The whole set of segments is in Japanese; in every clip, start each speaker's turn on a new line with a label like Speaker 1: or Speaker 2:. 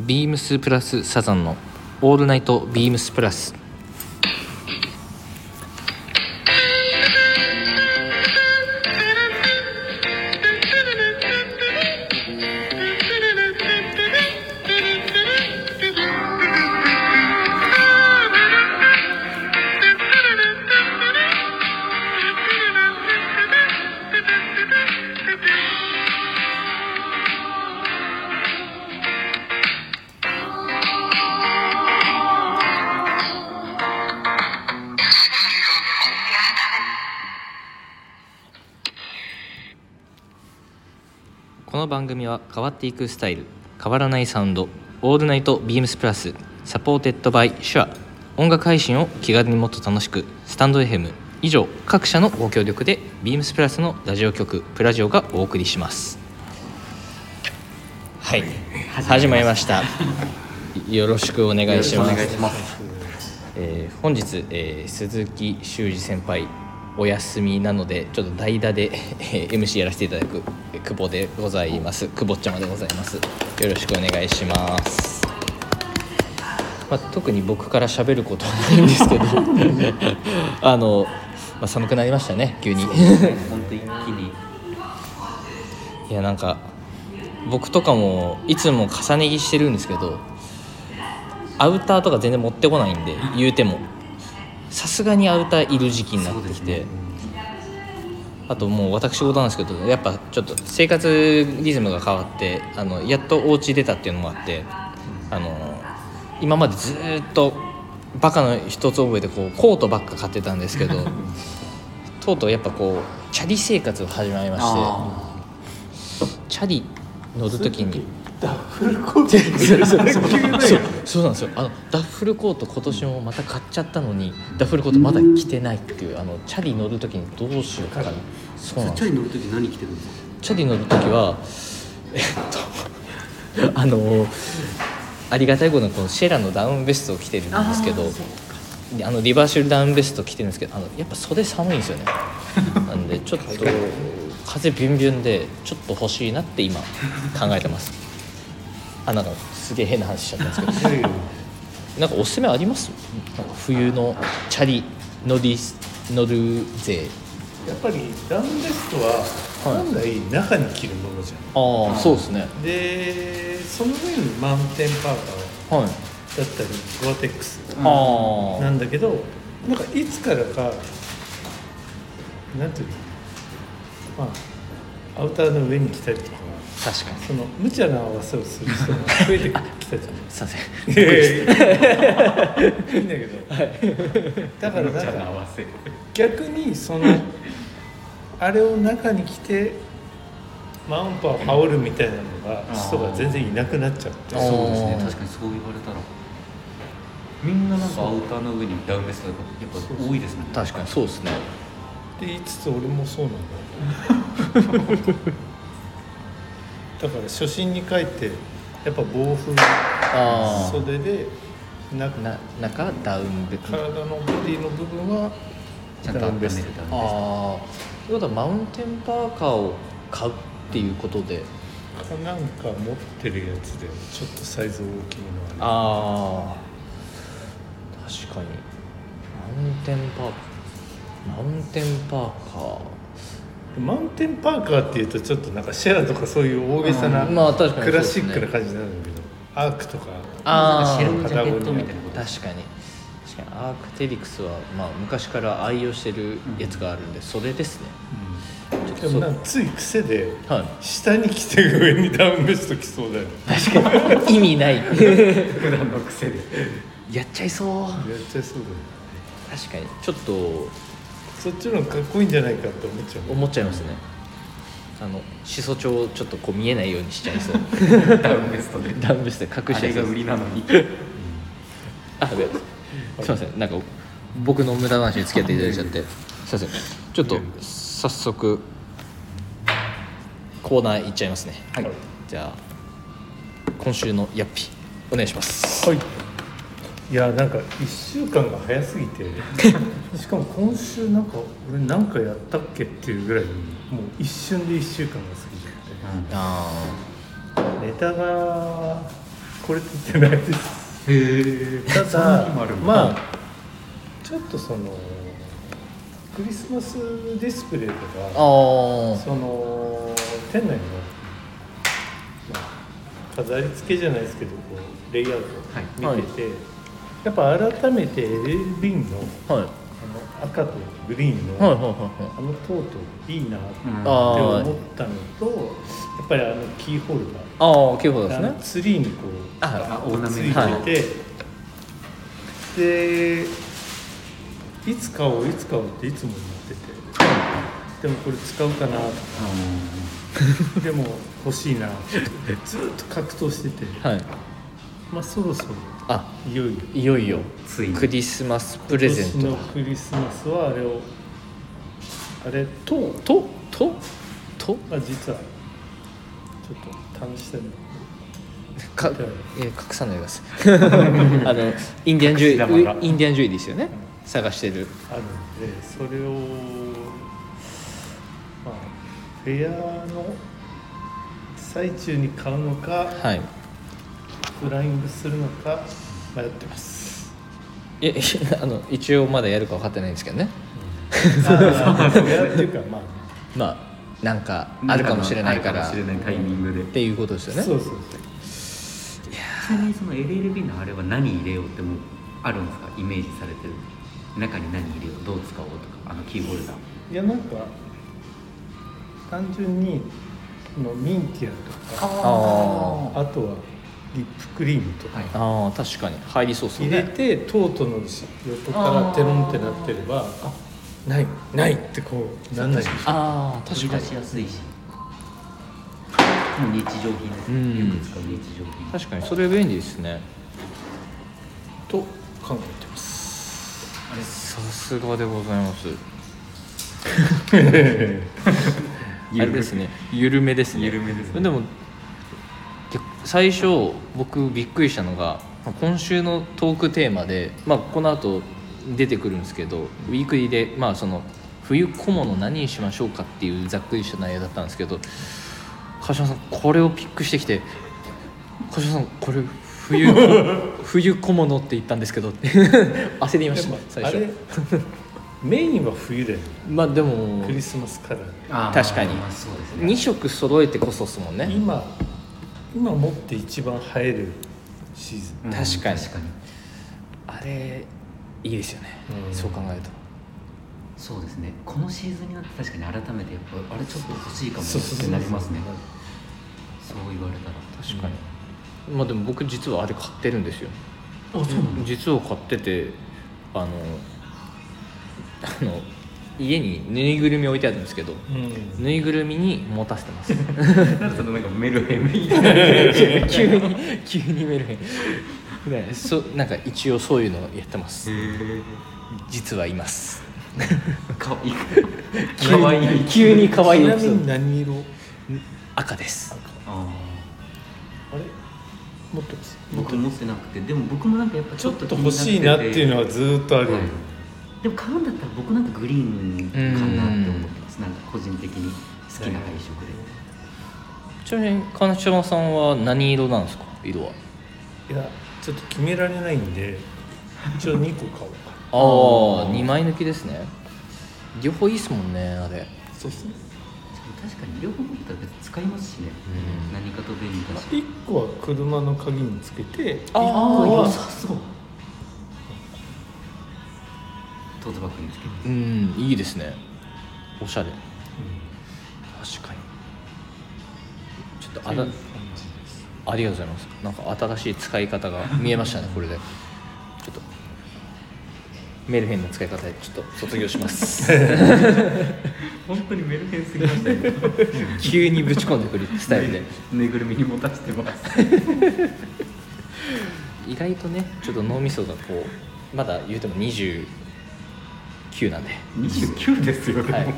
Speaker 1: ビームスプラスサザンの「オールナイトビームスプラス」この番組は変わっていくスタイル変わらないサウンド「オールナイトビームスプラス」サポーテッドバイシュア音楽配信を気軽にもっと楽しくスタンド FM 以上各社のご協力でビームスプラスのラジオ局プラジオがお送りしますはい始まりましたよろしくお願いしますえー本日、えー鈴木修二先輩お休みなのでちょっと代打で、えー MC やらせていただくえー久保でございます久保ちゃまでございますよろしくお願いします、まあ、特に僕から喋ることはないんですけど あの、まあ、寒くなりましたね急に
Speaker 2: 本当一気に
Speaker 1: いやなんか僕とかもいつも重ね着してるんですけどアウターとか全然持ってこないんで言うてもさすがにアウターいる時期になってきて、あともう私事なんですけどやっぱちょっと生活リズムが変わってあのやっとお家出たっていうのもあってあの今までずーっとバカの一つ覚えてこうコートばっか買ってたんですけどとうとうやっぱこうチャリ生活を始めまして。
Speaker 2: あ
Speaker 1: チャリ乗るときに
Speaker 2: あ
Speaker 1: そうそうなんですよあのダッフルコート今年もまた買っちゃったのにダッフルコートまだ着てないっていうあのチャリ乗るときにどうしようかなそうなんです
Speaker 2: チャリ乗る時何着てるんですか
Speaker 1: チャリ乗るときはえっとあのありがたいことにこのシェラのダウンベストを着てるんですけどであのリバーシブルダウンベスト着てるんですけどあのやっぱ袖寒いんです よねなんでちょっと風ビュンビュンでちょっと欲しいなって今考えてますあなんかすげえ変な話しちゃったんですけどなんかおすすめありますなんか冬のチャリ乗り乗る勢
Speaker 3: やっぱりダウンベストは
Speaker 1: はい
Speaker 3: 本来中に着るものじゃん、
Speaker 1: ああそうですね
Speaker 3: でその上にマウンテンパーカー
Speaker 1: はい
Speaker 3: だったりゴアテックス
Speaker 1: ああ
Speaker 3: なんだけどなんかいつからかなんていうのまあアウターの上に着たりとか
Speaker 1: 確かに
Speaker 3: その無茶な合わせをする人が増えてきたじゃない
Speaker 1: すいません
Speaker 3: いやいいんだけど、だからなんか
Speaker 2: わせ
Speaker 3: 逆にそのあれを中に着てマウンパを羽織るみたいなのが
Speaker 2: あー
Speaker 3: 人が全然いなくなっちゃって
Speaker 1: あー
Speaker 2: そうですね確かにそう言われたらみんななんかアウターの上にダウンベストとかやっぱ多いですね
Speaker 1: 確かにそうですね
Speaker 3: って言いつつ俺もそうなんだよだから初心に帰ってやっぱ暴風
Speaker 1: ああ
Speaker 3: 袖でな
Speaker 1: な中ダウンで
Speaker 3: 体のボディの部分は
Speaker 2: ちゃんと温めるダウンベス
Speaker 1: あ
Speaker 2: ト
Speaker 1: あということはマウンテンパーカーを買うっていうことで
Speaker 3: なんか持ってるやつでちょっとサイズ大きめのあ
Speaker 1: ああ確かにマウンテンパーマウンテンパーカ
Speaker 3: れマウンテンパーカーっていうとちょっとなんかシェラとかそういう大げさな、
Speaker 1: ーまあ確かにそう
Speaker 3: ク
Speaker 1: で
Speaker 3: ラ
Speaker 1: す
Speaker 3: シ
Speaker 1: ね
Speaker 3: ックな感じなんだけど、アークとか
Speaker 1: あ
Speaker 2: シ
Speaker 1: ー
Speaker 2: ェルのジャケットみたいなこと
Speaker 1: 確かに確かにアークテリクスは、まあ、昔から愛用してるやつがあるんで、それですねちょっ
Speaker 3: で
Speaker 1: とそ
Speaker 3: も
Speaker 1: う
Speaker 3: なんかつい癖で
Speaker 1: は
Speaker 3: 下に着て上にダウンベスト着そうだよね
Speaker 1: い、意味 ない
Speaker 2: 普段の癖で
Speaker 1: やっちゃいそう
Speaker 3: やっちゃいそうだよね
Speaker 1: 確かにちょっと
Speaker 3: そっちの方がかっこいいんじゃないかって思っちゃう
Speaker 1: 思っちゃいますねあのしそ帳をちょっとこう見えないようにしちゃい そう
Speaker 2: ダウンベストで
Speaker 1: ダウンベストで隠し
Speaker 2: あ
Speaker 1: ちゃい
Speaker 2: れ
Speaker 1: そ
Speaker 2: が
Speaker 1: う
Speaker 2: 売りなのに
Speaker 1: あやべすいませんなんか僕の無駄話に付き合っていただいちゃってすいませんちょっと早速コーナーいっちゃいますね
Speaker 2: はい
Speaker 1: じゃあ今週のヤッピお願いします
Speaker 3: はいいやなんか1週間が早すぎ てしかも今週なんか俺なんかやったっけっていうぐらいにもう一瞬で1週間が過ぎちゃっ
Speaker 1: あ
Speaker 3: てネタがこれって言ってないです
Speaker 2: へえ
Speaker 3: た
Speaker 2: そんな
Speaker 3: だ
Speaker 2: 日もあるんだ
Speaker 3: まあちょっとそのクリスマスディスプレイとか
Speaker 1: あ
Speaker 3: その店内の、まあ飾り付けじゃないですけどこうレイアウトを見てて、やっぱ改めてエレビンの
Speaker 1: あはい
Speaker 3: あの赤とグリーンの、
Speaker 1: はいはいはいはい
Speaker 3: あのトートいいなって
Speaker 2: うん
Speaker 1: あ
Speaker 3: 思ったのとやっぱりあのキーホルダー
Speaker 1: ああ警報です
Speaker 3: あ
Speaker 1: ね
Speaker 3: のツリーにこう
Speaker 1: あ
Speaker 2: オーナ
Speaker 3: つ
Speaker 2: メ
Speaker 3: い
Speaker 2: ン
Speaker 3: てて、
Speaker 2: ト
Speaker 1: は
Speaker 3: でいつ買おういつ買おうっていつも思っててでもこれ使うかなとかでも欲しいなってずっと格闘してて
Speaker 1: はい
Speaker 3: まあそろそろ
Speaker 1: あ
Speaker 3: いよいよ
Speaker 1: いよいよ
Speaker 2: ついに
Speaker 1: クリスマスプ
Speaker 3: プ
Speaker 1: レゼント
Speaker 3: の
Speaker 1: だ
Speaker 3: クリスマスはあれをあれと、
Speaker 1: ととと
Speaker 3: まあ、実はちょっと試してみ
Speaker 1: か
Speaker 3: はい、
Speaker 1: えー、隠さないでください あのインディアンジ
Speaker 2: 隠し
Speaker 1: ュ
Speaker 2: 玉が
Speaker 1: イインディアンジュイですよね探してる
Speaker 3: あるんでそれをまあフェアの最中に買うのか
Speaker 1: はい
Speaker 3: フライングするのか迷ってます
Speaker 1: ええあの一応まだやるか分かってないんですけどね
Speaker 3: あーフェアっていうかまあ
Speaker 1: まあなんかあるかもしれないから
Speaker 2: あるかもしれないタイミングで
Speaker 1: っていうことですよね
Speaker 3: そうそうそう
Speaker 2: ちなみにその LLB のあれは何入れようってもうあるんですかイメージされてる中に何入れようどう使おうとかあのキーホルダー
Speaker 3: いやなんか単純にこのミンティアとか
Speaker 1: あ
Speaker 3: あとはリップクリームとか
Speaker 2: はい
Speaker 1: ああー確かに入りそうです
Speaker 3: 入れ
Speaker 1: ね
Speaker 3: てトートの横からテロンってなってればあないないってこうなんないでしょ
Speaker 1: ああ
Speaker 2: 取り
Speaker 1: 確か
Speaker 2: 出
Speaker 1: に
Speaker 2: しやすいしもう日常品ですね、
Speaker 1: うん
Speaker 2: よく使う日常品
Speaker 1: 確かにそれ便利ですね
Speaker 3: と考えてます
Speaker 1: さすがでございます あ
Speaker 2: ゆ
Speaker 1: れ
Speaker 2: る
Speaker 1: ですね緩めですね
Speaker 2: 緩めですね
Speaker 1: でもいや最初僕びっくりしたのがまあ今週のトークテーマで、まあ、この後出てくるんですけどウィークリーで、まあ、その冬小物何にしましょうかっていうざっくりした内容だったんですけど川島さんこれをピックしてきて川島さんこれ冬小冬小物って言ったんですけどって焦りました最
Speaker 3: あれ
Speaker 1: 初
Speaker 3: メインは冬だよね
Speaker 1: まあでも
Speaker 3: クリスマスカラー
Speaker 2: あー
Speaker 1: 確かに
Speaker 2: まあそうですね
Speaker 1: 2色揃えてこそっすもんね
Speaker 3: 今今持って一番映えるシーズ
Speaker 2: うん
Speaker 1: 確かに
Speaker 2: 確かに
Speaker 1: あれいいですよね、
Speaker 3: うん
Speaker 1: そう考えると
Speaker 2: そうですねこのシーズンになって確かに改めてやっぱあれちょっと欲しいか
Speaker 3: ン
Speaker 2: もってなりますねそう言われたら
Speaker 1: 確かに、まあでも僕実はあれ買ってるんですよ
Speaker 2: あそうなんだ
Speaker 1: 実は買っててあのあの家にぬいぐるみ置いてあるんですけど
Speaker 3: うん
Speaker 1: ぬいぐるみに持たせてます
Speaker 2: なんかそのなんかメルヘンみ たいな
Speaker 1: 急に急にメルヘンねそなんか一応そういうのやってます実はいます
Speaker 2: かわいいかわいい
Speaker 1: 急に可愛い
Speaker 3: ちな
Speaker 1: や
Speaker 3: み
Speaker 1: つ
Speaker 3: に何色
Speaker 1: 赤です
Speaker 2: あ
Speaker 3: あれ持ってます
Speaker 2: ー僕持ってなくてでも僕もなんかやっぱ
Speaker 3: ちょっと欲しいなっていうのはずーっとあるよ
Speaker 2: はいでも買うんだったら僕なんかグリーンかなって思ってますなんか個人的に好きな配色で
Speaker 1: ちなみに金島さんは何色なんですか色はい
Speaker 3: やちょっと決められないんで一応2個買おうかな
Speaker 1: ああ2枚抜きですね両方いいっすもんねあれ
Speaker 3: そうですね
Speaker 2: 確かに両方持ったら別に使いますしね
Speaker 1: うん
Speaker 2: 何かと便利だし
Speaker 3: 1個は車の鍵につけて
Speaker 1: あー
Speaker 3: 一個
Speaker 2: あ
Speaker 3: は
Speaker 2: 良さそうトートバッグにつけて
Speaker 1: うんいいですねおしゃれ
Speaker 3: うん
Speaker 1: 確かにちょっと
Speaker 3: そ
Speaker 1: あ
Speaker 3: ういう
Speaker 1: ら
Speaker 3: 感じです
Speaker 1: ありがとうございますなんか新しい使い方が見えました ねこれでちょっとメルヘンの使い方でちょっと卒業します
Speaker 2: 本当にメルヘンすぎましたね
Speaker 1: 急にぶち込んでくるスタイル で
Speaker 2: ぬいぐるみに持たせてます
Speaker 1: 意外とねちょっと脳みそがこうまだ言うても29なんで
Speaker 2: 29ですよでも、
Speaker 1: はい、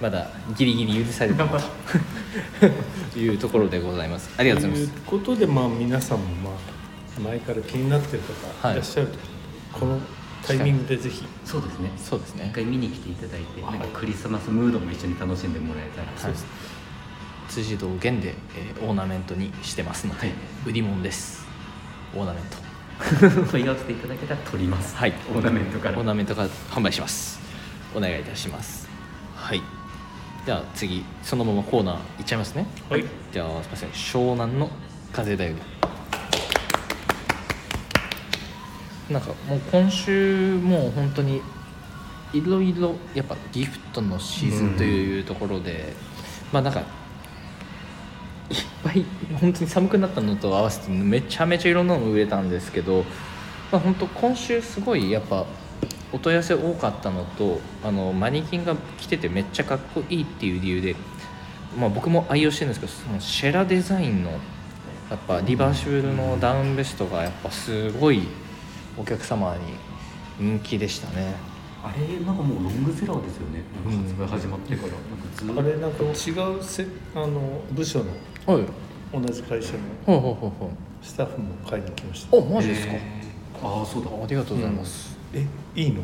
Speaker 1: まだギリギリ許されてるというところでございます。ありがとうございま
Speaker 3: と
Speaker 1: す。
Speaker 3: いうことで、まあ、皆さんも、まあ、前から気になってる方
Speaker 1: はい
Speaker 3: いらっしゃると、このタイミングでぜひ、
Speaker 2: そうですね
Speaker 1: そうです
Speaker 2: 一
Speaker 1: ね。
Speaker 2: 回見に来ていただいてなんかクリスマスムードも一緒に楽しんでもらえたら、
Speaker 1: はい辻堂源で、えーオーナメントにしてますので、
Speaker 2: はい
Speaker 1: 売り物ですオーナメント
Speaker 2: 問い合わせていただけたら取りま す
Speaker 1: はい
Speaker 2: オーナメントから
Speaker 1: オーナメントから販売しますお願いいたしますはいでは次そのままコーナーいっちゃいますね
Speaker 3: はい
Speaker 1: じゃあすいません湘南の風だよりなんかもう今週もう本当にいろいろやっぱギフトのシーズンというところで、まあなんかいっぱい本当に寒くなったのと合わせてめちゃめちゃいろんなの売れたんですけど、まあ、本当今週すごいやっぱお問い合わせ多かったのとあのマネキンが着ててめっちゃかっこいいっていう理由で、まあ、僕も愛用してるんですけどそのシェラデザインのやっぱリバーシブルのダウンベストがやっぱすごいお客様に人気でしたね。
Speaker 2: あれなんかもうロングセラーですよねなんか発売始まってから、なん
Speaker 3: あ
Speaker 2: かずっ
Speaker 3: れなんか違うせあの部署の
Speaker 1: はい
Speaker 3: 同じ会社の
Speaker 1: ほうほうほうほう
Speaker 3: スタッフも買いに来ました
Speaker 1: おマジですか、
Speaker 2: えーああそうだ
Speaker 1: ありがとうございます、
Speaker 3: えいいのっ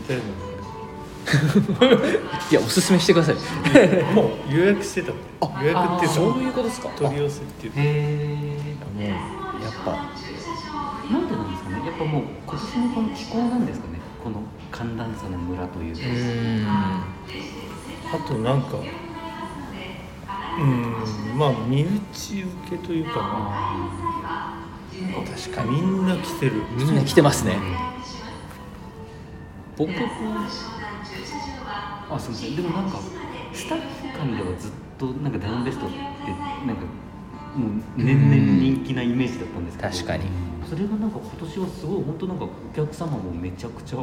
Speaker 3: て思っちゃった似たよう
Speaker 1: いやおすすめしてください
Speaker 3: なもう予約してたもん予約っていうか
Speaker 1: そういうことですか
Speaker 3: 取り寄せっていうか
Speaker 2: へ
Speaker 1: あもうやっぱ
Speaker 2: えなんでなんですかねやっぱもう今年のこの気候なんですかねこの寒暖差の村というか、
Speaker 3: あとなんかうんまあ身内受けというか
Speaker 2: あ
Speaker 1: 確
Speaker 3: な
Speaker 1: か
Speaker 3: み
Speaker 1: に
Speaker 3: んな来てる
Speaker 1: みんな来てます
Speaker 2: ー
Speaker 1: ね僕
Speaker 2: であすみませんでもなんかスタッフ間ではずっとなんかダウンベストってなんかもう年々人気なイメージだったんですけど
Speaker 1: 確かに
Speaker 2: それがなんか今年はすごい本当なんかお客様もめちゃくちゃ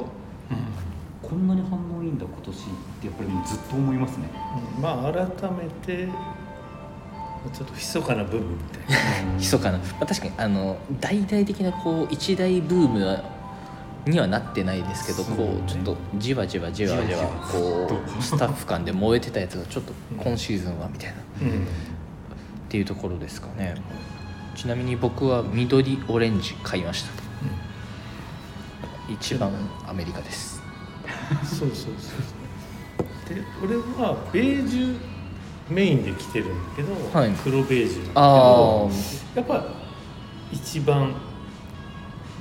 Speaker 2: こんなに反応いいんだ今年ってやっぱりもうずっと思いますね
Speaker 3: うんまあ改めてちょっと密かな部分みたいな
Speaker 1: 密かな、まあ、確かにあの大々的なこう一大ブームにはなってないですけど
Speaker 3: そうね
Speaker 1: こうちょっとじわじわじわじ
Speaker 2: じ
Speaker 1: わ
Speaker 2: わじわ
Speaker 1: こうスタッフ間で燃えてたやつがちょっと今シーズンはみたいなっていうところですかねちなみに僕は緑オレンジ買いました一番アメリカです
Speaker 3: そうそうそうそうで俺はベージュメインで来てるんだけど、
Speaker 1: はい
Speaker 3: 黒ベージュ
Speaker 1: あ
Speaker 3: なんだ
Speaker 1: ー
Speaker 3: けどやっぱ一番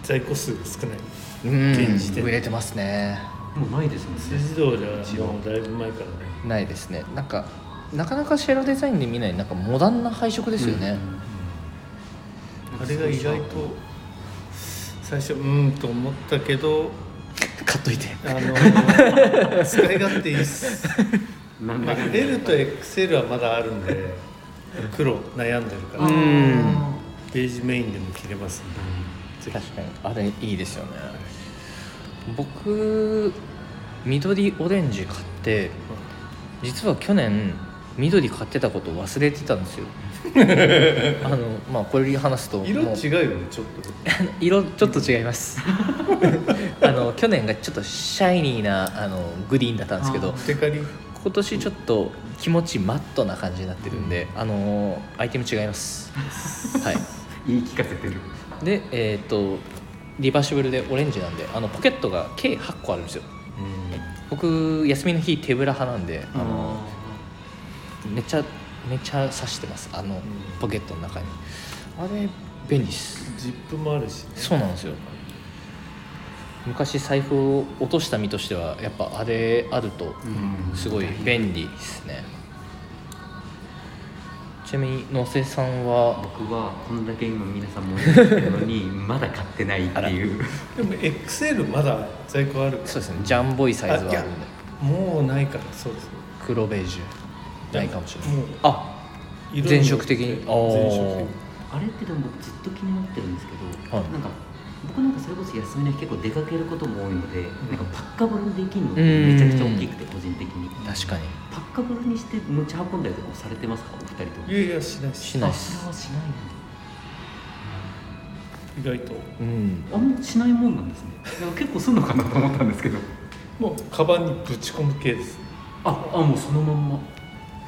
Speaker 3: 在庫数が少ない
Speaker 1: うん
Speaker 3: 現時点
Speaker 1: 売れてますね
Speaker 2: もうないですもんね
Speaker 3: 辻堂ではもうだいぶ前からね
Speaker 1: ないですねなんかなかなかシェラデザインで見ないなんかモダンな配色ですよね、
Speaker 3: あれが意外と最初うーんと思ったけど
Speaker 1: 買っといて
Speaker 3: あ の使い勝手いいっす
Speaker 2: なん
Speaker 3: まあ
Speaker 2: だかんだ
Speaker 3: L と XL はまだあるんで黒悩んでるから
Speaker 1: うん
Speaker 3: ベージュメインでも着れますんでぜひ
Speaker 1: 確かにあれいいですよね僕緑オレンジ買って実は去年緑買ってたことを忘れてたん ですよあのまあこれ話すともう
Speaker 3: 色違うよねちょっと
Speaker 1: 色ちょっと違います あの去年がちょっとシャイニーなあのグリーンだったんですけど
Speaker 3: テカリ
Speaker 1: 今年ちょっと気持ちマットな感じになってるんで、あのーアイテム違いますはい
Speaker 2: 言い聞かせてる
Speaker 1: でえっ、とリバーシブルでオレンジなんであのポケットが計8個あるんですよ僕休みの日手ぶら派なんであのめちゃめちゃ刺してますあのポケットの中にあれ便利っす
Speaker 3: ジップもあるし
Speaker 1: そうなんですよ昔財布を落とした身としてはやっぱあれあると
Speaker 2: うん
Speaker 1: すごい便利ですねちなみに野瀬さんは
Speaker 2: 僕はこんだけ今皆さんもってるのにまだ買ってないっていう
Speaker 3: でも XL まだ在庫ある
Speaker 1: そうですねジャンボいサイズはあるんで
Speaker 3: もうないからそうですね
Speaker 1: 黒ベージュないかもしれない
Speaker 3: もう
Speaker 1: あ
Speaker 3: 色によって
Speaker 1: 全色的にあー
Speaker 3: 全色的に
Speaker 2: あれってでも僕ずっと気になってるんですけど、
Speaker 1: はい
Speaker 2: なんか僕なんかそれこそ休みの日結構出かけることも多いので、なんかパッカブルにできるのってめちゃくちゃ大きくて個人的に
Speaker 1: 確かに
Speaker 2: パッカブルにして持ち運んだりとかもされてますかお二人とも
Speaker 3: いやいやしないっす
Speaker 1: しないっ
Speaker 2: あそれ
Speaker 1: す
Speaker 2: はしないんだ
Speaker 3: 意外と
Speaker 1: うん
Speaker 2: あんましないもんなんですねなんか結構すんのかなと思ったんですけど
Speaker 3: もうカバンにぶち込む系です
Speaker 2: ああもうそのまんまへ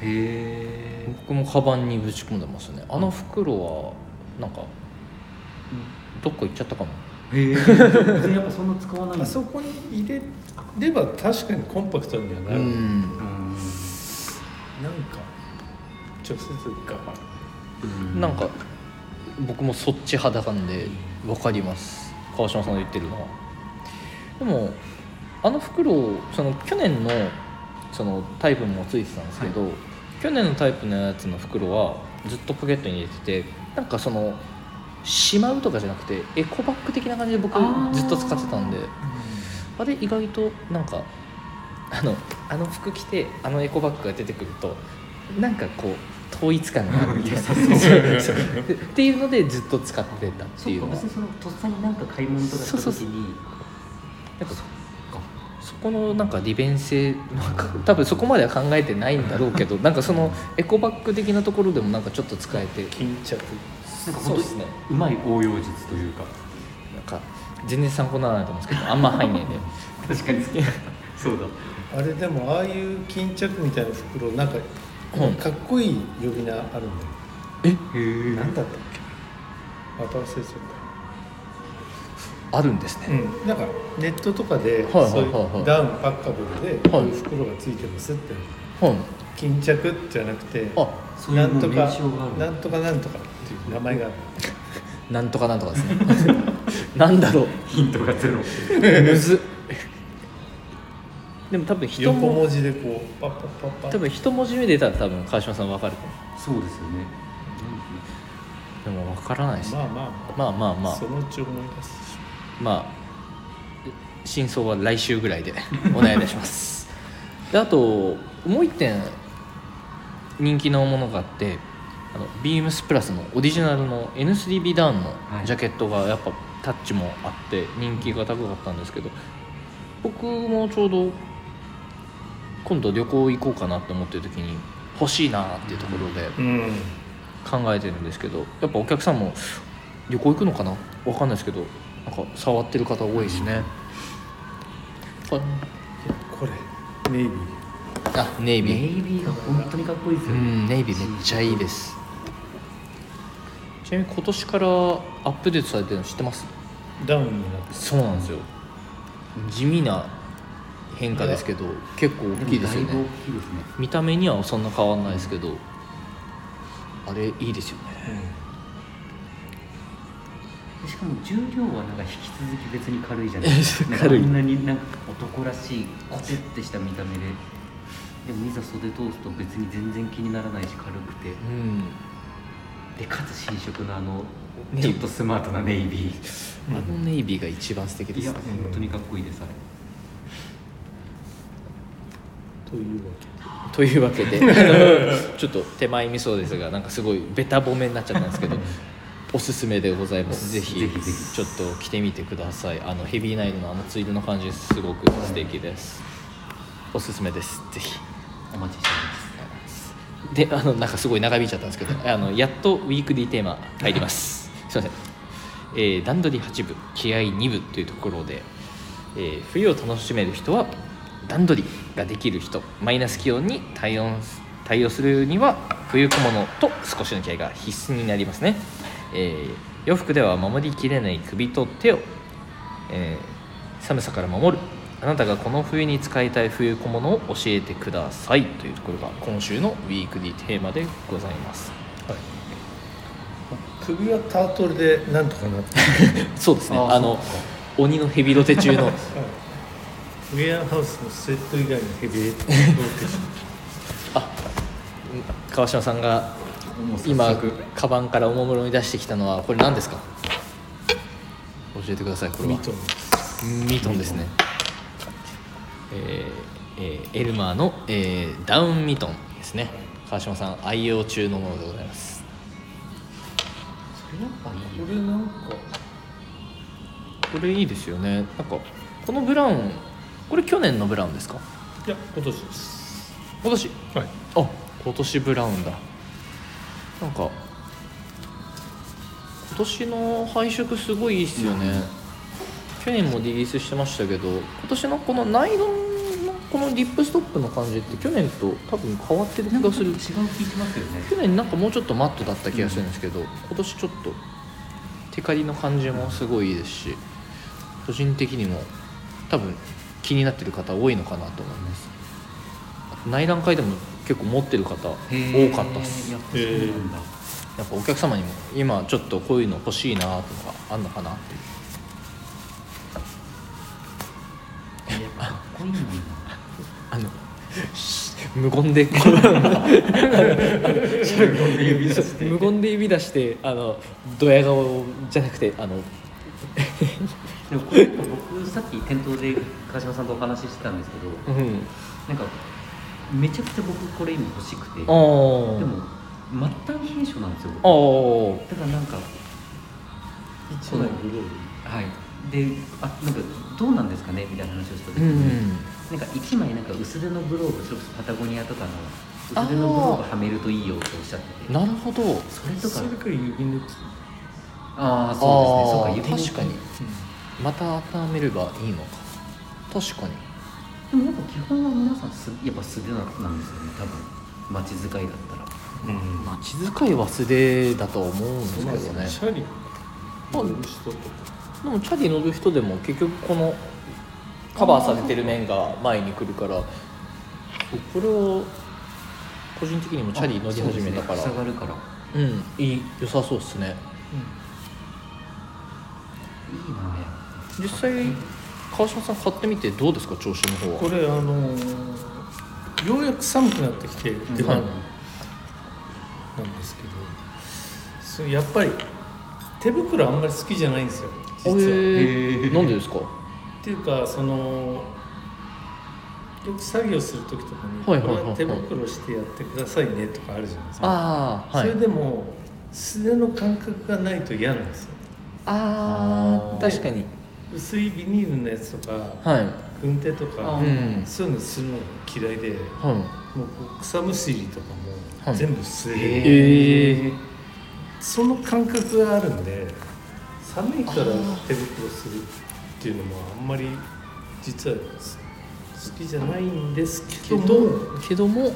Speaker 2: え
Speaker 1: 僕もカバンにぶち込んでますねあの袋はなんかどっか行っちゃったかも
Speaker 2: へえ別にやっぱそんな使わないんだ
Speaker 3: あそこに入れれば確かにコンパクトにはな
Speaker 1: う
Speaker 3: る、
Speaker 1: ん
Speaker 2: うん
Speaker 3: なんか直接我慢
Speaker 2: うん
Speaker 1: なんか僕もそっち派だなんで分かります川島さんの言ってるのはでもあの袋その去年のそのタイプもついてたんですけど、去年のタイプのやつの袋はずっとポケットに入れててなんかそのしまうとかじゃなくてエコバッグ的な感じで僕
Speaker 2: あー
Speaker 1: ずっと使ってたんであれ意外となんかあのあの服着てあのエコバッグが出てくるとなんかこう統一感があ るみたいなそうっていうのでずっと使ってたって
Speaker 2: そ
Speaker 1: いうう
Speaker 2: か
Speaker 1: のは
Speaker 2: 別にそのとっさになんか買い物とかした
Speaker 1: そう
Speaker 2: 時
Speaker 1: そうな
Speaker 2: に
Speaker 1: んかそそこのなんか利便性なんか多分そこまでは考えてないんだろうけどなんかそのエコバッグ的なところでもなんかちょっと使えて
Speaker 3: 巾着
Speaker 2: なんか
Speaker 1: そ
Speaker 2: 本
Speaker 1: うで
Speaker 2: 当に
Speaker 1: すね
Speaker 2: うまい応用術というか
Speaker 1: なんか全然参考にならないと思うんですけどあんま入んないんで
Speaker 2: 確かに好きだったそうだ
Speaker 3: あれでもああいう巾着みたいな袋なんか
Speaker 1: うん
Speaker 3: かっこいい呼び名あるんだよ、
Speaker 2: へえ
Speaker 3: なんだったっけまた忘れちゃった
Speaker 1: あるんですね、
Speaker 3: うん、なんかネットとかで、
Speaker 1: はいはいはいはい
Speaker 3: そういうダウンパッカブルで、こういう袋がついてますって
Speaker 1: はい
Speaker 3: 巾着じゃなくて
Speaker 1: あ
Speaker 2: そうい
Speaker 3: な
Speaker 2: うんも
Speaker 3: と
Speaker 2: う名
Speaker 3: か
Speaker 2: 称があるんだ
Speaker 3: なんとかなんとかっていう名前がある
Speaker 1: なんとかなんとかですね なんだろう
Speaker 2: ヒントがゼロ
Speaker 1: むずっでも多分人
Speaker 3: 横
Speaker 1: も
Speaker 3: 文字でこうパッパッパッパッ
Speaker 1: 多分一文字目出たら多分川島さん分かると
Speaker 2: そうですよね
Speaker 1: 思うでも分からないし、
Speaker 3: まあまあま
Speaker 1: まあまあ
Speaker 3: あ、
Speaker 1: まあ
Speaker 3: そのうち思い出す
Speaker 1: まあ真相は来週ぐらいでお願いいたしますであともう一点人気のものがあってあのビームスプラスのオリジナルの N3B ダウンのジャケットがやっぱタッチもあって人気が高かったんですけど僕もちょうど今度旅行行こうかなって思ってる時に欲しいなっていうところで
Speaker 3: うん
Speaker 1: 考えてるんですけどやっぱお客さんも旅行行くのかなわかんないですけどなんか触ってる方多いですね、あ
Speaker 3: これネイビー
Speaker 1: あネイビ
Speaker 2: ネ
Speaker 1: ー
Speaker 2: イビーが本当にかっこいいで
Speaker 1: う
Speaker 2: すよね
Speaker 1: んネイビーめっちゃいいですちなみに今年からアップデートされてるの知ってます
Speaker 3: ダウンになって
Speaker 1: そうなんですよ地味な変化ですけど結構大きいですよ
Speaker 2: でもだいぶ
Speaker 1: ね
Speaker 2: 大きいですね
Speaker 1: 見た目にはそんな変わんないですけどあれいいですよね
Speaker 2: しかも重量はなんか引き続き別に軽いじゃないなんか
Speaker 1: 軽い
Speaker 2: あんなになんか男らしいコテってした見た目ででもいざ袖通すと別に全然気にならないし軽くて
Speaker 1: うん
Speaker 2: でかつ新色のあの
Speaker 1: ネイ
Speaker 2: ち
Speaker 1: ビ
Speaker 2: ょ
Speaker 1: ー
Speaker 2: っとスマートなネイビー
Speaker 1: あのネイビーが一番素敵で
Speaker 2: いや
Speaker 1: すね
Speaker 2: 本当にかっこいいですあれ
Speaker 3: というわけ
Speaker 1: というわけ であのちょっと手前味噌ですがなんかすごいべた褒めになっちゃったんですけ どおすすめでございますぜひ
Speaker 2: ぜひぜひ
Speaker 1: ちょっと着てみてくださいあのヘビーナイルのあのツイードの感じすごく素敵ですおすすめですぜひ
Speaker 2: お待ちしており
Speaker 1: であのなんかすごい長引いちゃったんですけどあのやっとウィークリーテーマ入りますすいません、えー段取り8部気合2部というところで、えー冬を楽しめる人は段取りができる人マイナス気温に対応す対応するには冬小物と少しの気合が必須になりますね、えー洋服では守りきれない首と手をえー寒さから守るあなたがこの冬に使いたい冬小物を教えてくださいというところが今週のウィークリーテーマでございます
Speaker 3: 首はタートルでなんとかなって る
Speaker 1: そうですね
Speaker 2: あ
Speaker 1: あ
Speaker 2: ー
Speaker 1: の鬼のヘビロテ中 の
Speaker 3: ウェアハウスのスウェット以外のヘビ ーローテーション
Speaker 1: あ川島さんが
Speaker 2: ますもう
Speaker 1: 今
Speaker 2: 早速
Speaker 1: カバンからおもむろに出してきたのはこれ何ですか教えてくださいこれは
Speaker 3: ミトン
Speaker 1: ミトンですね、えーえーエルマーの、えーダウンミトンですね川島さん愛用中のものでございます
Speaker 2: それやっぱいい
Speaker 3: こ
Speaker 2: よ
Speaker 3: れなんか
Speaker 1: これいいですよねなんかこのブラウンこれ去年のブラウンですか
Speaker 3: いや今年です
Speaker 1: 今年
Speaker 3: はい
Speaker 1: あ今年ブラウンだなんか今年の配色すごいいいっすよね、去年もリリースしてましたけど今年のこのナイロンのこのリップストップの感じって去年と多分変わってる気
Speaker 2: なんか
Speaker 1: が
Speaker 2: ちょ
Speaker 1: す
Speaker 2: っと違
Speaker 1: る
Speaker 2: う気しますよね
Speaker 1: 去年なんかもうちょっとマットだった気がするんですけど、今年ちょっとテカリの感じもすごいいいですし個人的にも多分気になってる方多いのかなと思います内覧会でも結構持ってる方多
Speaker 2: へー
Speaker 1: かったっす
Speaker 2: や
Speaker 1: や
Speaker 2: っぱそうなんだ
Speaker 1: っぱお客様にも今ちょっとこういうの欲しいなとかあんのかなっていう
Speaker 2: いやかっこいいのよ
Speaker 1: あの 無言でこう
Speaker 2: 指出して
Speaker 1: 無言で指出してあのドヤ顔じゃなくてあの
Speaker 2: でもこれ僕さっき店頭で川島さんとお話ししてたんですけど
Speaker 1: うん
Speaker 2: なんかめちゃくちゃ僕これ今欲しくてで
Speaker 1: あ
Speaker 2: も
Speaker 1: ー
Speaker 2: 末端冷え性なんですよ
Speaker 1: あー
Speaker 2: だからなんか
Speaker 3: 一枚ブロー
Speaker 2: はいであなんかどうなんですかねみたいな話をした時
Speaker 1: う
Speaker 2: に、
Speaker 1: ん
Speaker 2: なんか一枚なんか薄手のグローブそれこそパタゴニアとかの薄手のグローブはめるといいよっておっしゃってて
Speaker 1: なるほど
Speaker 2: それ
Speaker 3: ル
Speaker 2: とか
Speaker 3: それか指抜き
Speaker 2: ああそうですねそう
Speaker 1: あー確か
Speaker 2: か指
Speaker 1: にまた温めればいいのか確かに
Speaker 2: でもやっぱ基本は皆さんすやっぱ素手なんですよね多分街使いだったら
Speaker 3: うん
Speaker 1: 街遣いは素手だとは思うんですけ
Speaker 3: ま
Speaker 1: ど
Speaker 3: あ
Speaker 1: ね
Speaker 3: シャリ
Speaker 1: あ
Speaker 3: 乗る人とか
Speaker 1: でもチャリ乗る人でも結局このカバーされてる面が前に来るからそうこれを個人的にもチャリ乗り始めたから
Speaker 2: あ
Speaker 1: う,、
Speaker 2: そうですね塞がるからい
Speaker 1: んいい良さそうですね
Speaker 2: いなあやっぱ
Speaker 1: 実際川島さん買ってみてどうですか調子の方は
Speaker 3: これあのーようやく寒くなってきてるっていうの
Speaker 1: はい
Speaker 3: なんですけどそうやっぱり手袋あんまり好きじゃないんですよ実は。
Speaker 1: え
Speaker 2: へー
Speaker 1: ー、なんでですか
Speaker 3: っていうかそのよく作業する時とかに「
Speaker 1: はいはいはいはい
Speaker 3: これは手袋してやってくださいね」とかあるじゃないですか、
Speaker 1: ああはい
Speaker 3: それでも素手の感覚がないと嫌なんですよ
Speaker 1: ああ
Speaker 2: あー
Speaker 1: 確かに
Speaker 3: 薄いビニールのやつとか
Speaker 1: はい
Speaker 3: 軍手と
Speaker 2: あ
Speaker 3: か、
Speaker 1: うん
Speaker 3: そういうのするのが嫌いでも
Speaker 1: は
Speaker 3: うこう草むしりとか
Speaker 1: は
Speaker 3: も
Speaker 1: い
Speaker 3: 全部素手で、
Speaker 1: いえ
Speaker 3: その感覚があるんで寒いから手袋するっていうのもあんまり実は好きじゃないんですけ
Speaker 1: け
Speaker 3: ど
Speaker 1: どけども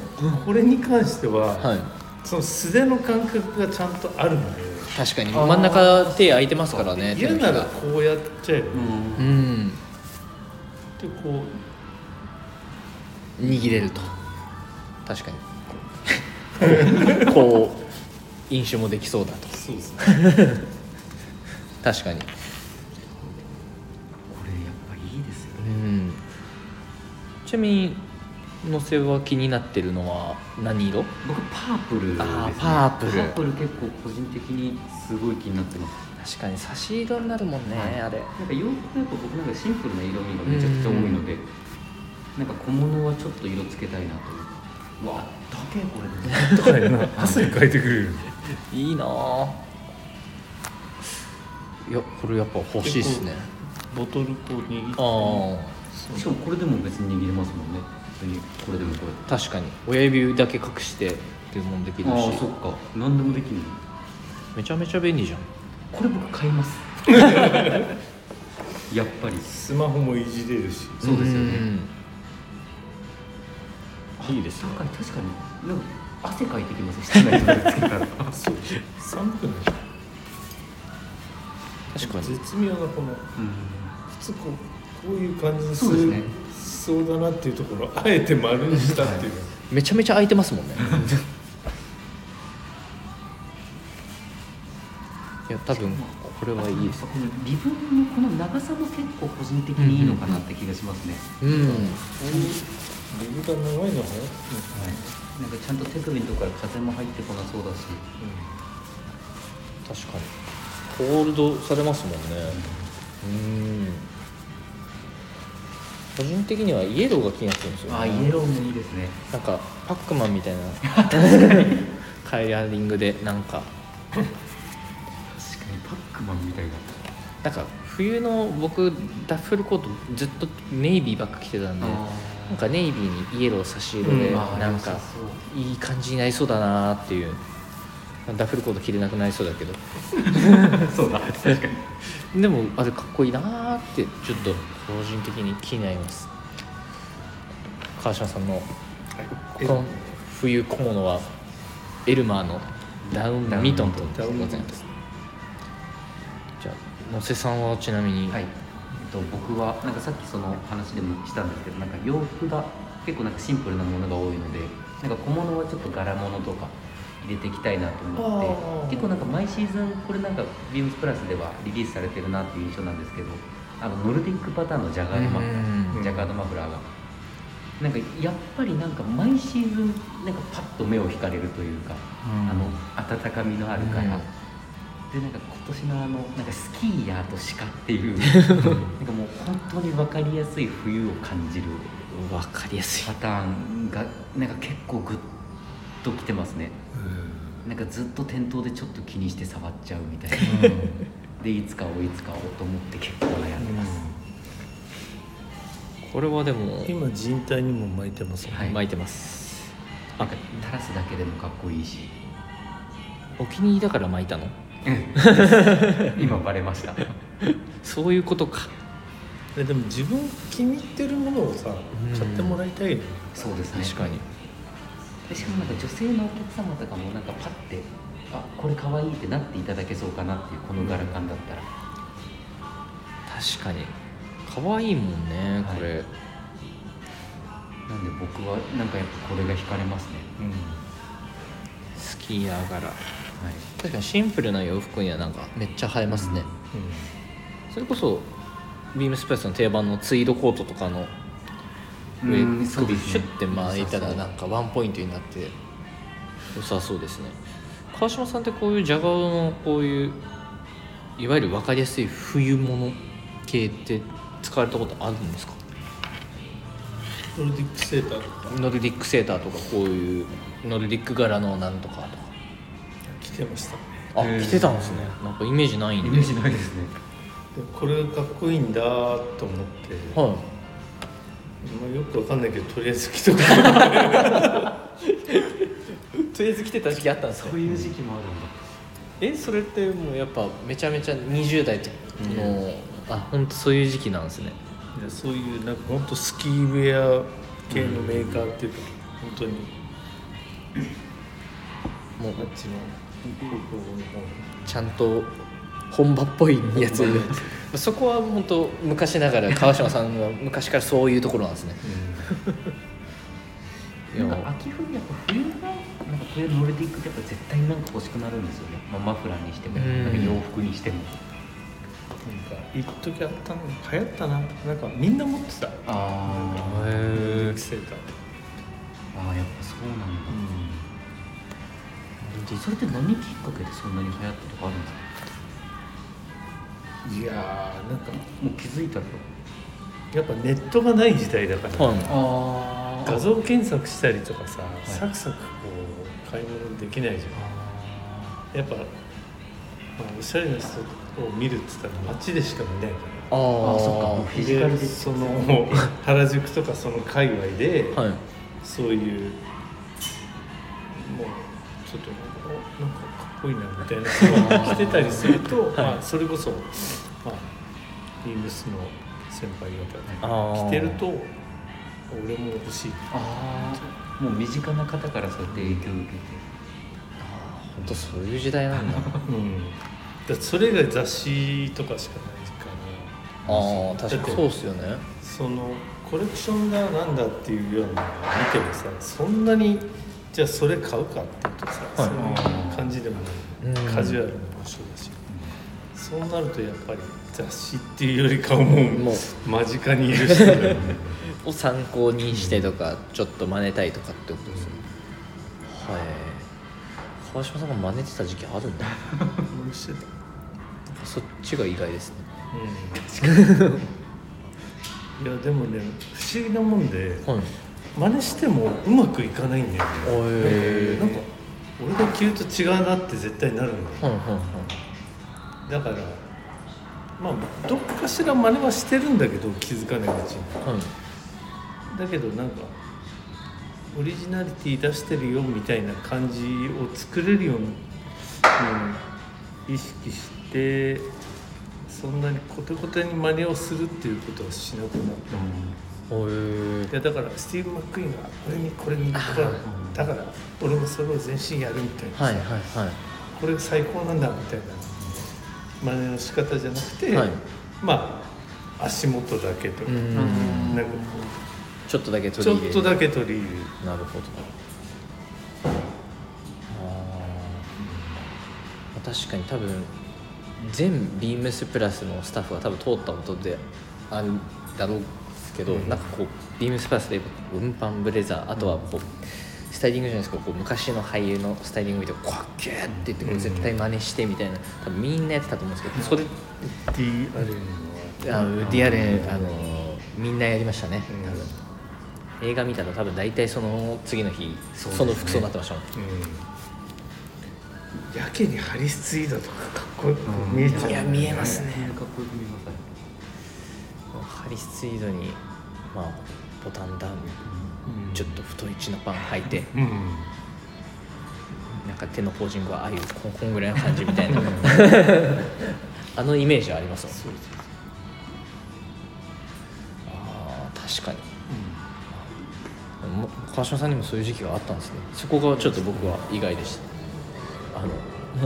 Speaker 3: これに関しては、
Speaker 1: はい
Speaker 3: その素手の感覚がちゃんとあるので
Speaker 1: 確かに
Speaker 3: あー
Speaker 1: 真ん中手空いてますからね
Speaker 3: 嫌
Speaker 1: 手の
Speaker 3: な
Speaker 1: ひらが
Speaker 3: らこうやっちゃえば、
Speaker 2: う
Speaker 1: うんん
Speaker 3: でこ
Speaker 1: 握れると確 かにこう飲酒もできそうだと
Speaker 3: うそうですね
Speaker 1: 確かに
Speaker 2: これやっぱいいですよ
Speaker 1: う
Speaker 2: ね
Speaker 1: んちなみにのせは気になってるのは何色
Speaker 2: 僕パープルです、ね、
Speaker 1: あーパープル
Speaker 2: パープル結構個人的にすごい気になってます
Speaker 1: 確かに差し色になるもんね、
Speaker 2: はい
Speaker 1: あれ
Speaker 2: なんか洋服やっぱ僕なんかシンプルな色味がめちゃくちゃ多いので、なんか小物はちょっと色つけたいなといううわだけこれ
Speaker 3: とかやな汗かいてくる
Speaker 1: いいなあいやこれやっぱ欲しいっすね
Speaker 3: ボトルこう握っ
Speaker 1: あ
Speaker 3: て
Speaker 1: あ
Speaker 3: そう
Speaker 2: しかもこれでも別に握れますもんね普通にこれでもこう
Speaker 1: 確かに親指だけ隠してっていうのもできる
Speaker 2: やってああ
Speaker 1: し
Speaker 2: そっか何でもできる
Speaker 1: めちゃめちゃ便利じゃん
Speaker 2: これ僕買います やっぱり
Speaker 3: スマホもいじれるし
Speaker 2: そうですよね
Speaker 1: うんいいですね
Speaker 2: 確かに確かになんか汗かいてきます室内とかつけ たら
Speaker 3: そう寒くない
Speaker 1: 確かに
Speaker 3: 絶妙なこ
Speaker 2: うん
Speaker 3: の普通こうこういう感じにす
Speaker 2: そうです
Speaker 3: る
Speaker 2: ね
Speaker 3: そうだなっていうところをあえて丸にしたっていうの
Speaker 1: めちゃめちゃ空いてますもん ねいや多分これはいいです
Speaker 2: このリブンのこの長さも結構個人的にいいのかなって気がしますね、
Speaker 1: うん
Speaker 3: こういうリブが長いのは
Speaker 2: はい、
Speaker 3: ね、
Speaker 2: なんかちゃんと手首のとこから風も入ってこなそうだし
Speaker 1: 確かにホールドされますもんねうん個人的にはイエローが気になってるんですよ、ね、
Speaker 2: あイエローもいいですね
Speaker 1: なんかパックマンみたいなカイラーリングでなんか
Speaker 2: 確かにパックマンみたいな
Speaker 1: なんか冬の僕ダッフルコートずっとネイビーばっか着てたんでなんかネイビーにイエロー差し色で
Speaker 3: うん
Speaker 2: あー
Speaker 1: なん
Speaker 2: 良
Speaker 1: か
Speaker 2: さそ
Speaker 1: いい感じになりそうだなっていうダッフルコート着れなくなりそうだけど
Speaker 2: そう そうだ確かに
Speaker 1: でもあれかっこいいなーってちょっと個人的に気になります川島さんの
Speaker 3: うん
Speaker 1: この冬小物はエルマーのダウン
Speaker 2: ダウン
Speaker 1: ミトンと
Speaker 3: ダウン
Speaker 1: ご
Speaker 3: ミ
Speaker 1: ざ
Speaker 3: ト
Speaker 1: い
Speaker 3: ン
Speaker 1: ますじゃあ野瀬さんはちなみに、
Speaker 2: はい、えっと、僕はなんかさっきその話でもしたんですけどなんか洋服が結構なんかシンプルなものが多いのでなんか小物はちょっと柄物とか入れていきたいなと思っ
Speaker 3: あー
Speaker 2: て結構なんか毎シーズンこれなんかビームスプラスではリリースされてるなっていう印象なんですけどあのノルディックパターンのジャガードマフラー、
Speaker 3: うん
Speaker 2: ジャガードマフラーがなんかやっぱりなんか毎シーズンなんかパッと目を引かれるというか、
Speaker 1: うん
Speaker 2: あの温かみのある
Speaker 1: うん
Speaker 2: 柄、でなんか今年のあのなんかスキーヤーと鹿っていうなんかもう本当に分かりやすい冬を感じる
Speaker 1: わかりやす
Speaker 2: パターンがなんか結構グッときてますねなんかずっと店頭でちょっと気にして触っちゃうみたいな、でいつかをいつかをと思って結構悩んでます、
Speaker 1: これはでも
Speaker 3: 今人体にも巻いてますもんね、
Speaker 2: はい
Speaker 1: 巻いてます、
Speaker 2: なんか垂らすだけでもかっこいいし
Speaker 1: お気に入りだから巻いたの
Speaker 2: 今バレました
Speaker 1: そういうことか
Speaker 3: えでも自分気に入ってるものをさ、
Speaker 1: ん
Speaker 3: 買ってもらいたいよね
Speaker 2: そうですね
Speaker 1: 確かに
Speaker 2: でしかもなんか女性のお客様とかもなんかパッてあこれ可愛いってなっていただけそうかなっていうこの柄感だったら、
Speaker 1: 確かに可愛いもんねこれ、
Speaker 2: なんで僕はなんかやっぱこれが惹かれますね
Speaker 1: スキーヤー柄
Speaker 2: はい
Speaker 1: 確かにシンプルな洋服にはなんかめっちゃ映えますね、それこそビームスプラスの定番のツイードコートとかの上
Speaker 2: うんそうですね
Speaker 1: シュッて巻いたらなんかワンポイントになって良さそうですね川島さんってこういうジャガードのこういういわゆる分かりやすい冬物系って使われたことあるんですか
Speaker 3: うんノルディックセーターとか
Speaker 1: ノルディックセーターとかこういうノルディック柄のなんとかとか
Speaker 3: 着てましたね
Speaker 1: あ、
Speaker 2: へー
Speaker 1: 着てたんですねなんかイメージないん
Speaker 2: イ
Speaker 1: で
Speaker 2: メージないですね
Speaker 3: でこれがかっこいいんだと思って、
Speaker 1: は
Speaker 3: まあ、よくわかんないけどとりあえず着とか
Speaker 1: いとりあえず着てた時期あったんです
Speaker 2: そういう時期もあるんだ
Speaker 1: えそれってもうやっぱめちゃめちゃ20代の、あ本当そういう時期なんですね
Speaker 3: いやそういうなんかほんとスキーウェア系のメーカーっていうか、本当に
Speaker 1: もう
Speaker 3: あっちの
Speaker 1: ちゃんと本場っぽいやつ そこは本当昔ながら川島さんが昔からそういうところなんですねいや
Speaker 2: なんか秋冬やっぱ冬がなんか冬ノルディックってやっぱ絶対なんか欲しくなるんですよね、まあ、マフラーにしても
Speaker 1: うん
Speaker 2: なんか洋服にしても
Speaker 3: 一時あったの流行ったななんかみんな持ってた
Speaker 2: あ
Speaker 1: へ
Speaker 3: セーター
Speaker 2: あーやっぱそうなんだ、それって何きっかけでそんなに流行ったとかあるんですか
Speaker 3: いやーなんか
Speaker 2: もう気づいたら
Speaker 3: やっぱネットがない時代だから、
Speaker 1: は
Speaker 2: あ
Speaker 3: 画像検索したりとかさ、
Speaker 2: い
Speaker 3: サクサクこう買い物できないじゃんやっぱ、まあ、おしゃれな人を見るっつったら街でしか見ないから
Speaker 1: あー
Speaker 2: あそっかもうフィジカル
Speaker 3: で
Speaker 2: で
Speaker 3: その原宿とかその界隈で、
Speaker 1: はい
Speaker 3: そういうもうちょっとおなんかかっこいいなみたいな人が着てたりすると、まあ、それこそ、まあ、ビームスの先輩方
Speaker 1: あー
Speaker 3: が着てると俺も欲しい
Speaker 2: あーもう身近な方からそうやって影響を受けて
Speaker 1: 本当そういう時代なんだ
Speaker 3: うん、だってそれ以外雑誌とかしかないから
Speaker 1: あー確かにそうっすよね
Speaker 3: そのコレクションがなんだっていうようなのを見てもさそんなにじゃあそれ買うかっていうとさ、
Speaker 1: はい
Speaker 3: そういう感じでもない、
Speaker 1: うん
Speaker 3: カジュアルな場所だし、そうなるとやっぱり雑誌っていうよりかはもう
Speaker 1: も
Speaker 3: 間近にいる人だよね
Speaker 1: を参考にしてとか、ちょっと真似たいとかってことですね、はい川島さんが真似てた時期ある んだ
Speaker 3: 俺してた、
Speaker 1: そっちが意外ですね
Speaker 3: うん、いやでもね不思議なもんで
Speaker 1: はい
Speaker 3: 真似してもうまくいかないんだよね
Speaker 1: おえ
Speaker 3: なんか俺が着ると違うなって絶対なるんだよ
Speaker 1: はいはいはい
Speaker 3: だからまあどっかしら真似はしてるんだけど気づかないうちに
Speaker 1: はい
Speaker 3: だけどなんかオリジナリティ出してるよみたいな感じを作れるように、うん意識してそんなにコテコテに真似をするっていうことはしなくなった
Speaker 1: おえ
Speaker 3: いやだからスティーブ・マックイーンがこれにこれにこれ
Speaker 1: はい
Speaker 3: だから俺もそれを全身やるみたいなさ、
Speaker 1: はいはいはい
Speaker 3: これ最高なんだみたいな真似の仕方じゃなくて、
Speaker 1: はい
Speaker 3: まあ足元だけと
Speaker 1: う
Speaker 3: か
Speaker 1: ん
Speaker 3: なんか
Speaker 1: ちょっとだけ取
Speaker 3: ち
Speaker 1: り
Speaker 3: ょっ
Speaker 1: 入れる
Speaker 3: とだけ取り入れる
Speaker 1: なるほど確かに多分全ビームスプラスのスタッフが多分通ったことであるだろうけど、なんかこうビームスプラスで運搬ブレザーあとはこう、スタイリングじゃないですかこう昔の俳優のスタイリング見て「かっけーって言ってこれ絶対真似してみたいな多分みんなやってたと思うんですけどそれ
Speaker 3: ディアレンは
Speaker 1: あのウッディアレンあのみんなやりましたね多分、映画見たら多分大体その次の日そ,、
Speaker 2: そうです
Speaker 1: の服
Speaker 2: ね
Speaker 1: 装になってましたもん
Speaker 3: うんやけにハリスツイードとかかっこよく見えちゃう、
Speaker 1: いや見えますね
Speaker 2: かっこよく見えますね
Speaker 1: ハリスツイードに、まあ、ボタンダウン
Speaker 3: うん
Speaker 1: ちょっと太いチノパン履いて
Speaker 3: うん
Speaker 1: なんか手のポージングはああいうこんこんぐらいの感じみたいな あのイメージはありますもん
Speaker 3: そうです
Speaker 1: あー確かにも川島さんにもそういう時期があったんですねそこがちょっと僕は意外でしたあの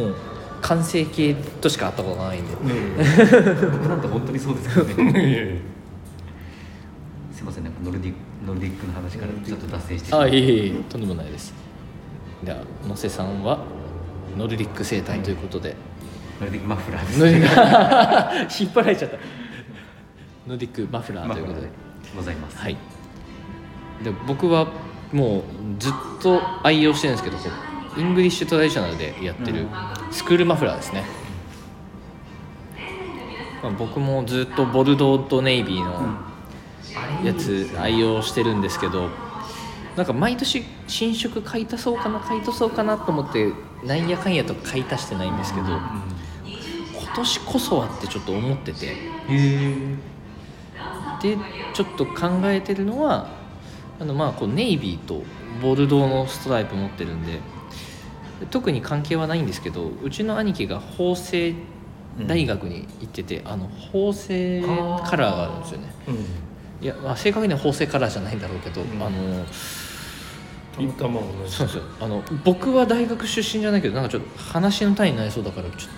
Speaker 1: もう完成形としか会ったことがないんで
Speaker 3: うんうん
Speaker 2: 僕なんて本当にそうですよね
Speaker 3: いやいやいや
Speaker 2: すいませんなんかノルディノルディックの話からちょっと脱線してしま
Speaker 1: あ
Speaker 2: う
Speaker 1: いえいえいえとんでもないですでは野瀬さんはノルディック生態ということで、
Speaker 2: ノルディックマフラー です
Speaker 1: ノリが引っ張られちゃったノリックマフラー
Speaker 2: マ
Speaker 1: と
Speaker 2: フ
Speaker 1: いうこ
Speaker 2: ラー
Speaker 1: とで
Speaker 2: でございます
Speaker 1: はいで僕はもうずっと愛用してるんですけどこうイングリッシュトラディショナルでやってるスクールマフラーですね、まあ、僕もずっとボルドーとネイビーのやつ愛用してるんですけどなんか毎年新色買い足そうかな買い足そうかなと思ってなんやかんやと買い足してないんですけど、今年こそはってちょっと思っててでちょっと考えてるのはあのまあこうネイビーとボルドーのストライプ持ってるんで特に関係はないんですけどうちの兄貴が法政大学に行ってて、あの法政カラーがあるんですよねいや、まあ、正確には法政カラーじゃないんだろうけど、
Speaker 3: ん
Speaker 1: あの
Speaker 3: うんたまたま同じ
Speaker 1: そうなんですよあの僕は大学出身じゃないけどなんかちょっと話の単位になりそうだからちょ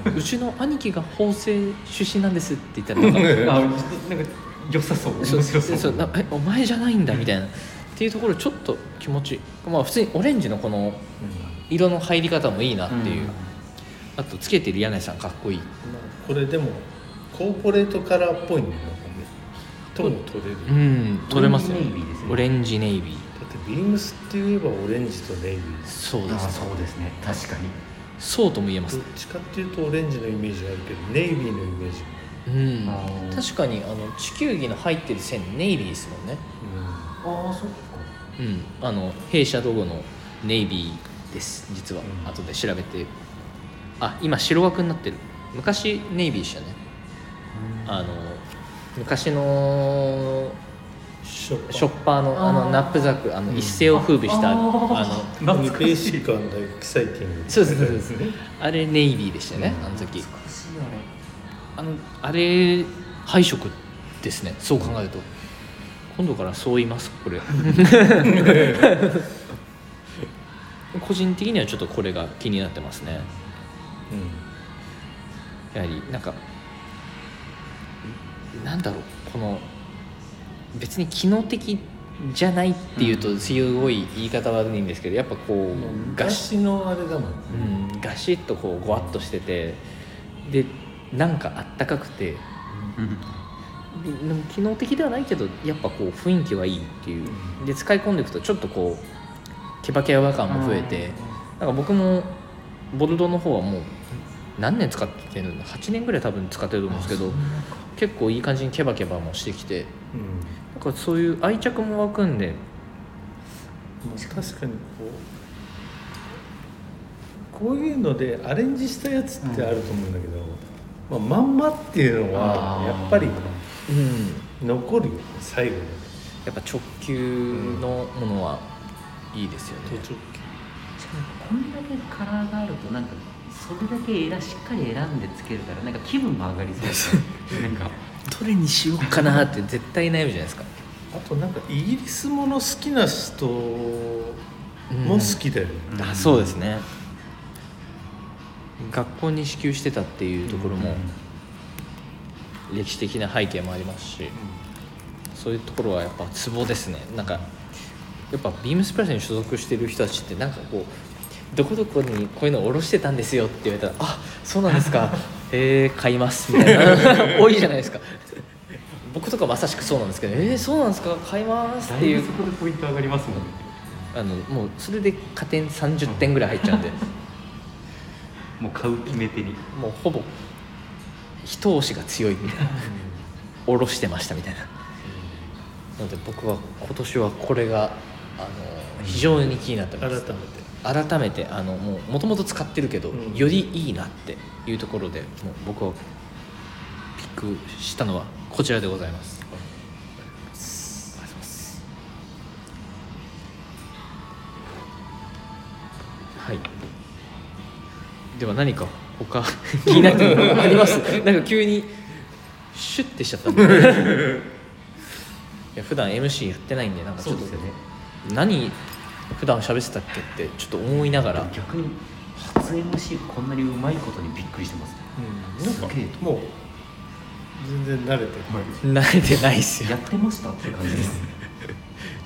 Speaker 1: っとうちの兄貴が法政出身なんですって言ったらなんか
Speaker 2: あちょっとなんか良さそう面
Speaker 1: そう
Speaker 2: 白そう
Speaker 1: そうなえお前じゃないんだみたいなっていうところちょっと気持ちまあ普通にオレンジのこの色の入り方もいいなっていう、
Speaker 2: うん
Speaker 1: あとつけてる柳井さんかっこいい
Speaker 3: まあこれでもコーポレートカラーっぽいのなんかねとも取れる、
Speaker 1: う
Speaker 3: だ
Speaker 1: ん取れますよ
Speaker 2: オレンジネイビー
Speaker 1: オレンジネイビー
Speaker 2: ですね
Speaker 3: ってビームスって言えばオレンジとネイビーです
Speaker 1: そうで
Speaker 2: あ
Speaker 1: す
Speaker 2: そうですね確かに
Speaker 1: そうとも言えます
Speaker 3: どっちかっていうとオレンジのイメージがあるけどネイビーのイメージ
Speaker 1: うん
Speaker 3: も
Speaker 2: あ
Speaker 1: 確
Speaker 2: ー
Speaker 1: かにあの地球儀の入ってる線ネイビーですもんね
Speaker 2: ああそっか
Speaker 1: うんあの弊社ロゴのネイビーです実は、
Speaker 3: うん
Speaker 1: 後で調べてあ今白枠になってる昔ネイビーでしたねあの昔の
Speaker 3: ショッパー
Speaker 1: ショッパーのあのナップザックあの一世を風靡したあの
Speaker 3: ベーシックエキサイティング
Speaker 1: そうですそうですあれネイビーでしたね、あの時あのあれ配色ですねそう考えると今度からそう言いますこれ 個人的にはちょっとこれが気になってますねやはりなんかなんだろうこの別に機能的じゃないっていうと強い言い方悪いんですけどやっぱこう
Speaker 3: もう
Speaker 1: ガシ
Speaker 3: 昔のあれだもん
Speaker 1: うん、ガシッとこうごわっとしててでなんかあったかくてでも機能的ではないけどやっぱこう雰囲気はいいっていうで使い込んでいくとちょっとこうケバケバ感も増えてなんか僕もボルドーの方はもう何年使ってるんだ8年ぐらい多分使ってると思うんですけど結構いい感じにケバケバもしてきて
Speaker 3: うん
Speaker 1: なんかそういう愛着も湧くんで
Speaker 3: もう確かにこうこういうのでアレンジしたやつってあると思うんだけど、まあ、まんまっていうのは
Speaker 2: あー
Speaker 3: やっぱり
Speaker 1: うん
Speaker 3: 残るよね最後ま
Speaker 1: やっぱ直球のものはいいですよね
Speaker 3: で。途中
Speaker 2: しかもこんだけカラーがあるとなんかそれだけ選しっかり選んでつけるからなんか気分が上がりそうですね なんか
Speaker 1: どれにしようかなって絶対悩むじゃないですか
Speaker 3: あとなんかイギリスもの好きな人も好きだよね、
Speaker 2: うん
Speaker 1: あそうですね学校に支給してたっていうところも歴史的な背景もありますしそういうところはやっぱツボですねなんかやっぱビームスプラスに所属してる人たちってなんかこうどこどこにこういうのおろしてたんですよって言われたら「あそうなんです かえー、買います」みたいな 多いじゃないですか僕とかまさしくそうなんですけど「えー、そうなんですか買います」っていう
Speaker 4: そこでポイント上がりますもんね
Speaker 1: あのもうそれで加点30点ぐらい入っちゃうんで
Speaker 4: もう買う決め手に
Speaker 1: もうほぼ一押しが強いみたいなおろしてましたみたいななので僕は今年はこれがあの非常に気になってま
Speaker 3: 改め
Speaker 1: す
Speaker 3: て
Speaker 1: 改めてあのもうもともと使ってるけど、
Speaker 3: うん
Speaker 1: よりいいなっていうところでもう僕はピックしたのはこちらでございますはいでは何か他気になってるものありますなんか急にシュッてしちゃったんでいや普段 MC やってないんでなんかちょっと
Speaker 2: ね
Speaker 1: 何普段喋ってたっけってちょっと思いながら
Speaker 2: 逆に初 MC がこんなにうまいことにびっくりしてますね
Speaker 3: うんなんか
Speaker 2: すげえと
Speaker 3: もう全然慣れてる
Speaker 1: 慣れてないっす
Speaker 2: や
Speaker 1: よ
Speaker 2: ってましたって感じです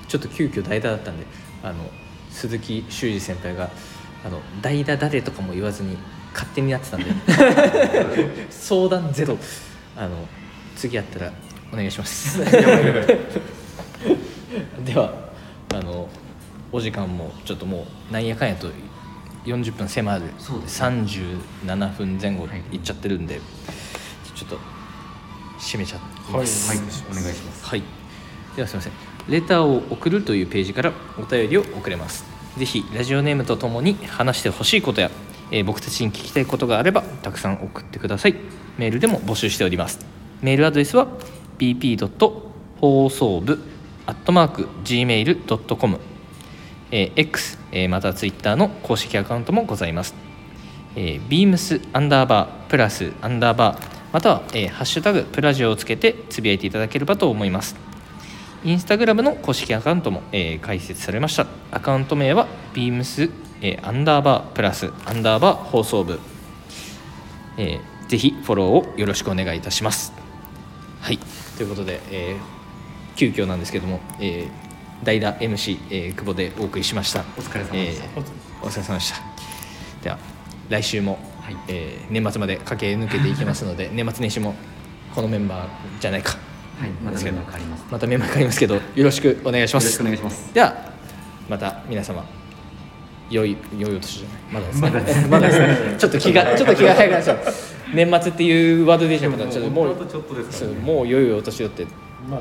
Speaker 1: ちょっと急遽代打だったんであの鈴木修二先輩があの代打誰とかも言わずに勝手になって たんで相談ゼロあの次やったらお願いします ではあのお時間もちょっともうなんやかんやと40分迫る
Speaker 2: そうです
Speaker 1: 37分前後
Speaker 2: はい
Speaker 1: いっちゃってるんで、ちょっと締めちゃって
Speaker 3: は
Speaker 2: はいお願
Speaker 3: い
Speaker 2: いします
Speaker 1: はい、ではすみませんレターを送るというページからお便りを送れますぜひラジオネームとともに話してほしいことや、えー僕たちに聞きたいことがあればたくさん送ってくださいメールでも募集しておりますメールアドレスは bp. 放送部 gmail.com えー X、えーまたは Twitter の公式アカウントもございます、えー、beams アンダーバープラスアンダーバーまたは、えーハッシュタグプラジオをつけてつぶやいていただければと思いますインスタグラムの公式アカウントも、えー開設されましたアカウント名は beams、えーアンダーバープラスアンダーバー放送部、えーぜひフォローをよろしくお願いいたしますはいということで、えー急遽なんですけども、えー代打 MC、えー久保でお送りしました
Speaker 2: お疲れ様でした
Speaker 1: えーお疲れ様でしたでは来週も、
Speaker 2: はい
Speaker 1: えー年末まで駆け抜けていきますので年末年始もこのメンバーじゃないか
Speaker 2: はいま
Speaker 1: で
Speaker 2: だ
Speaker 1: す
Speaker 2: メ
Speaker 1: け
Speaker 2: ン
Speaker 1: ど
Speaker 2: バー変わります
Speaker 1: またメンバー変わりますけどよろしくお願いしま
Speaker 2: よろし
Speaker 1: す
Speaker 2: くお願いします
Speaker 1: ではまた皆様良い良いお年じゃないまだですね
Speaker 4: まだです
Speaker 1: まだですねちょっと気がちょっと気が早くなっちゃう年末っていうワード出ちゃうからちょっとも
Speaker 4: あと
Speaker 1: う
Speaker 4: ちょっとです
Speaker 1: そ
Speaker 4: か
Speaker 1: う
Speaker 4: らね
Speaker 1: もう良いお年をって
Speaker 3: まあ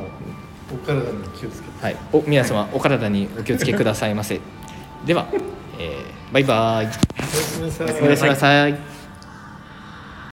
Speaker 3: お体に気をつけて
Speaker 1: はいお皆様お体にお気をつけくださいませでは、えーバイバイ
Speaker 3: おやすみなさい
Speaker 1: おやすみなさい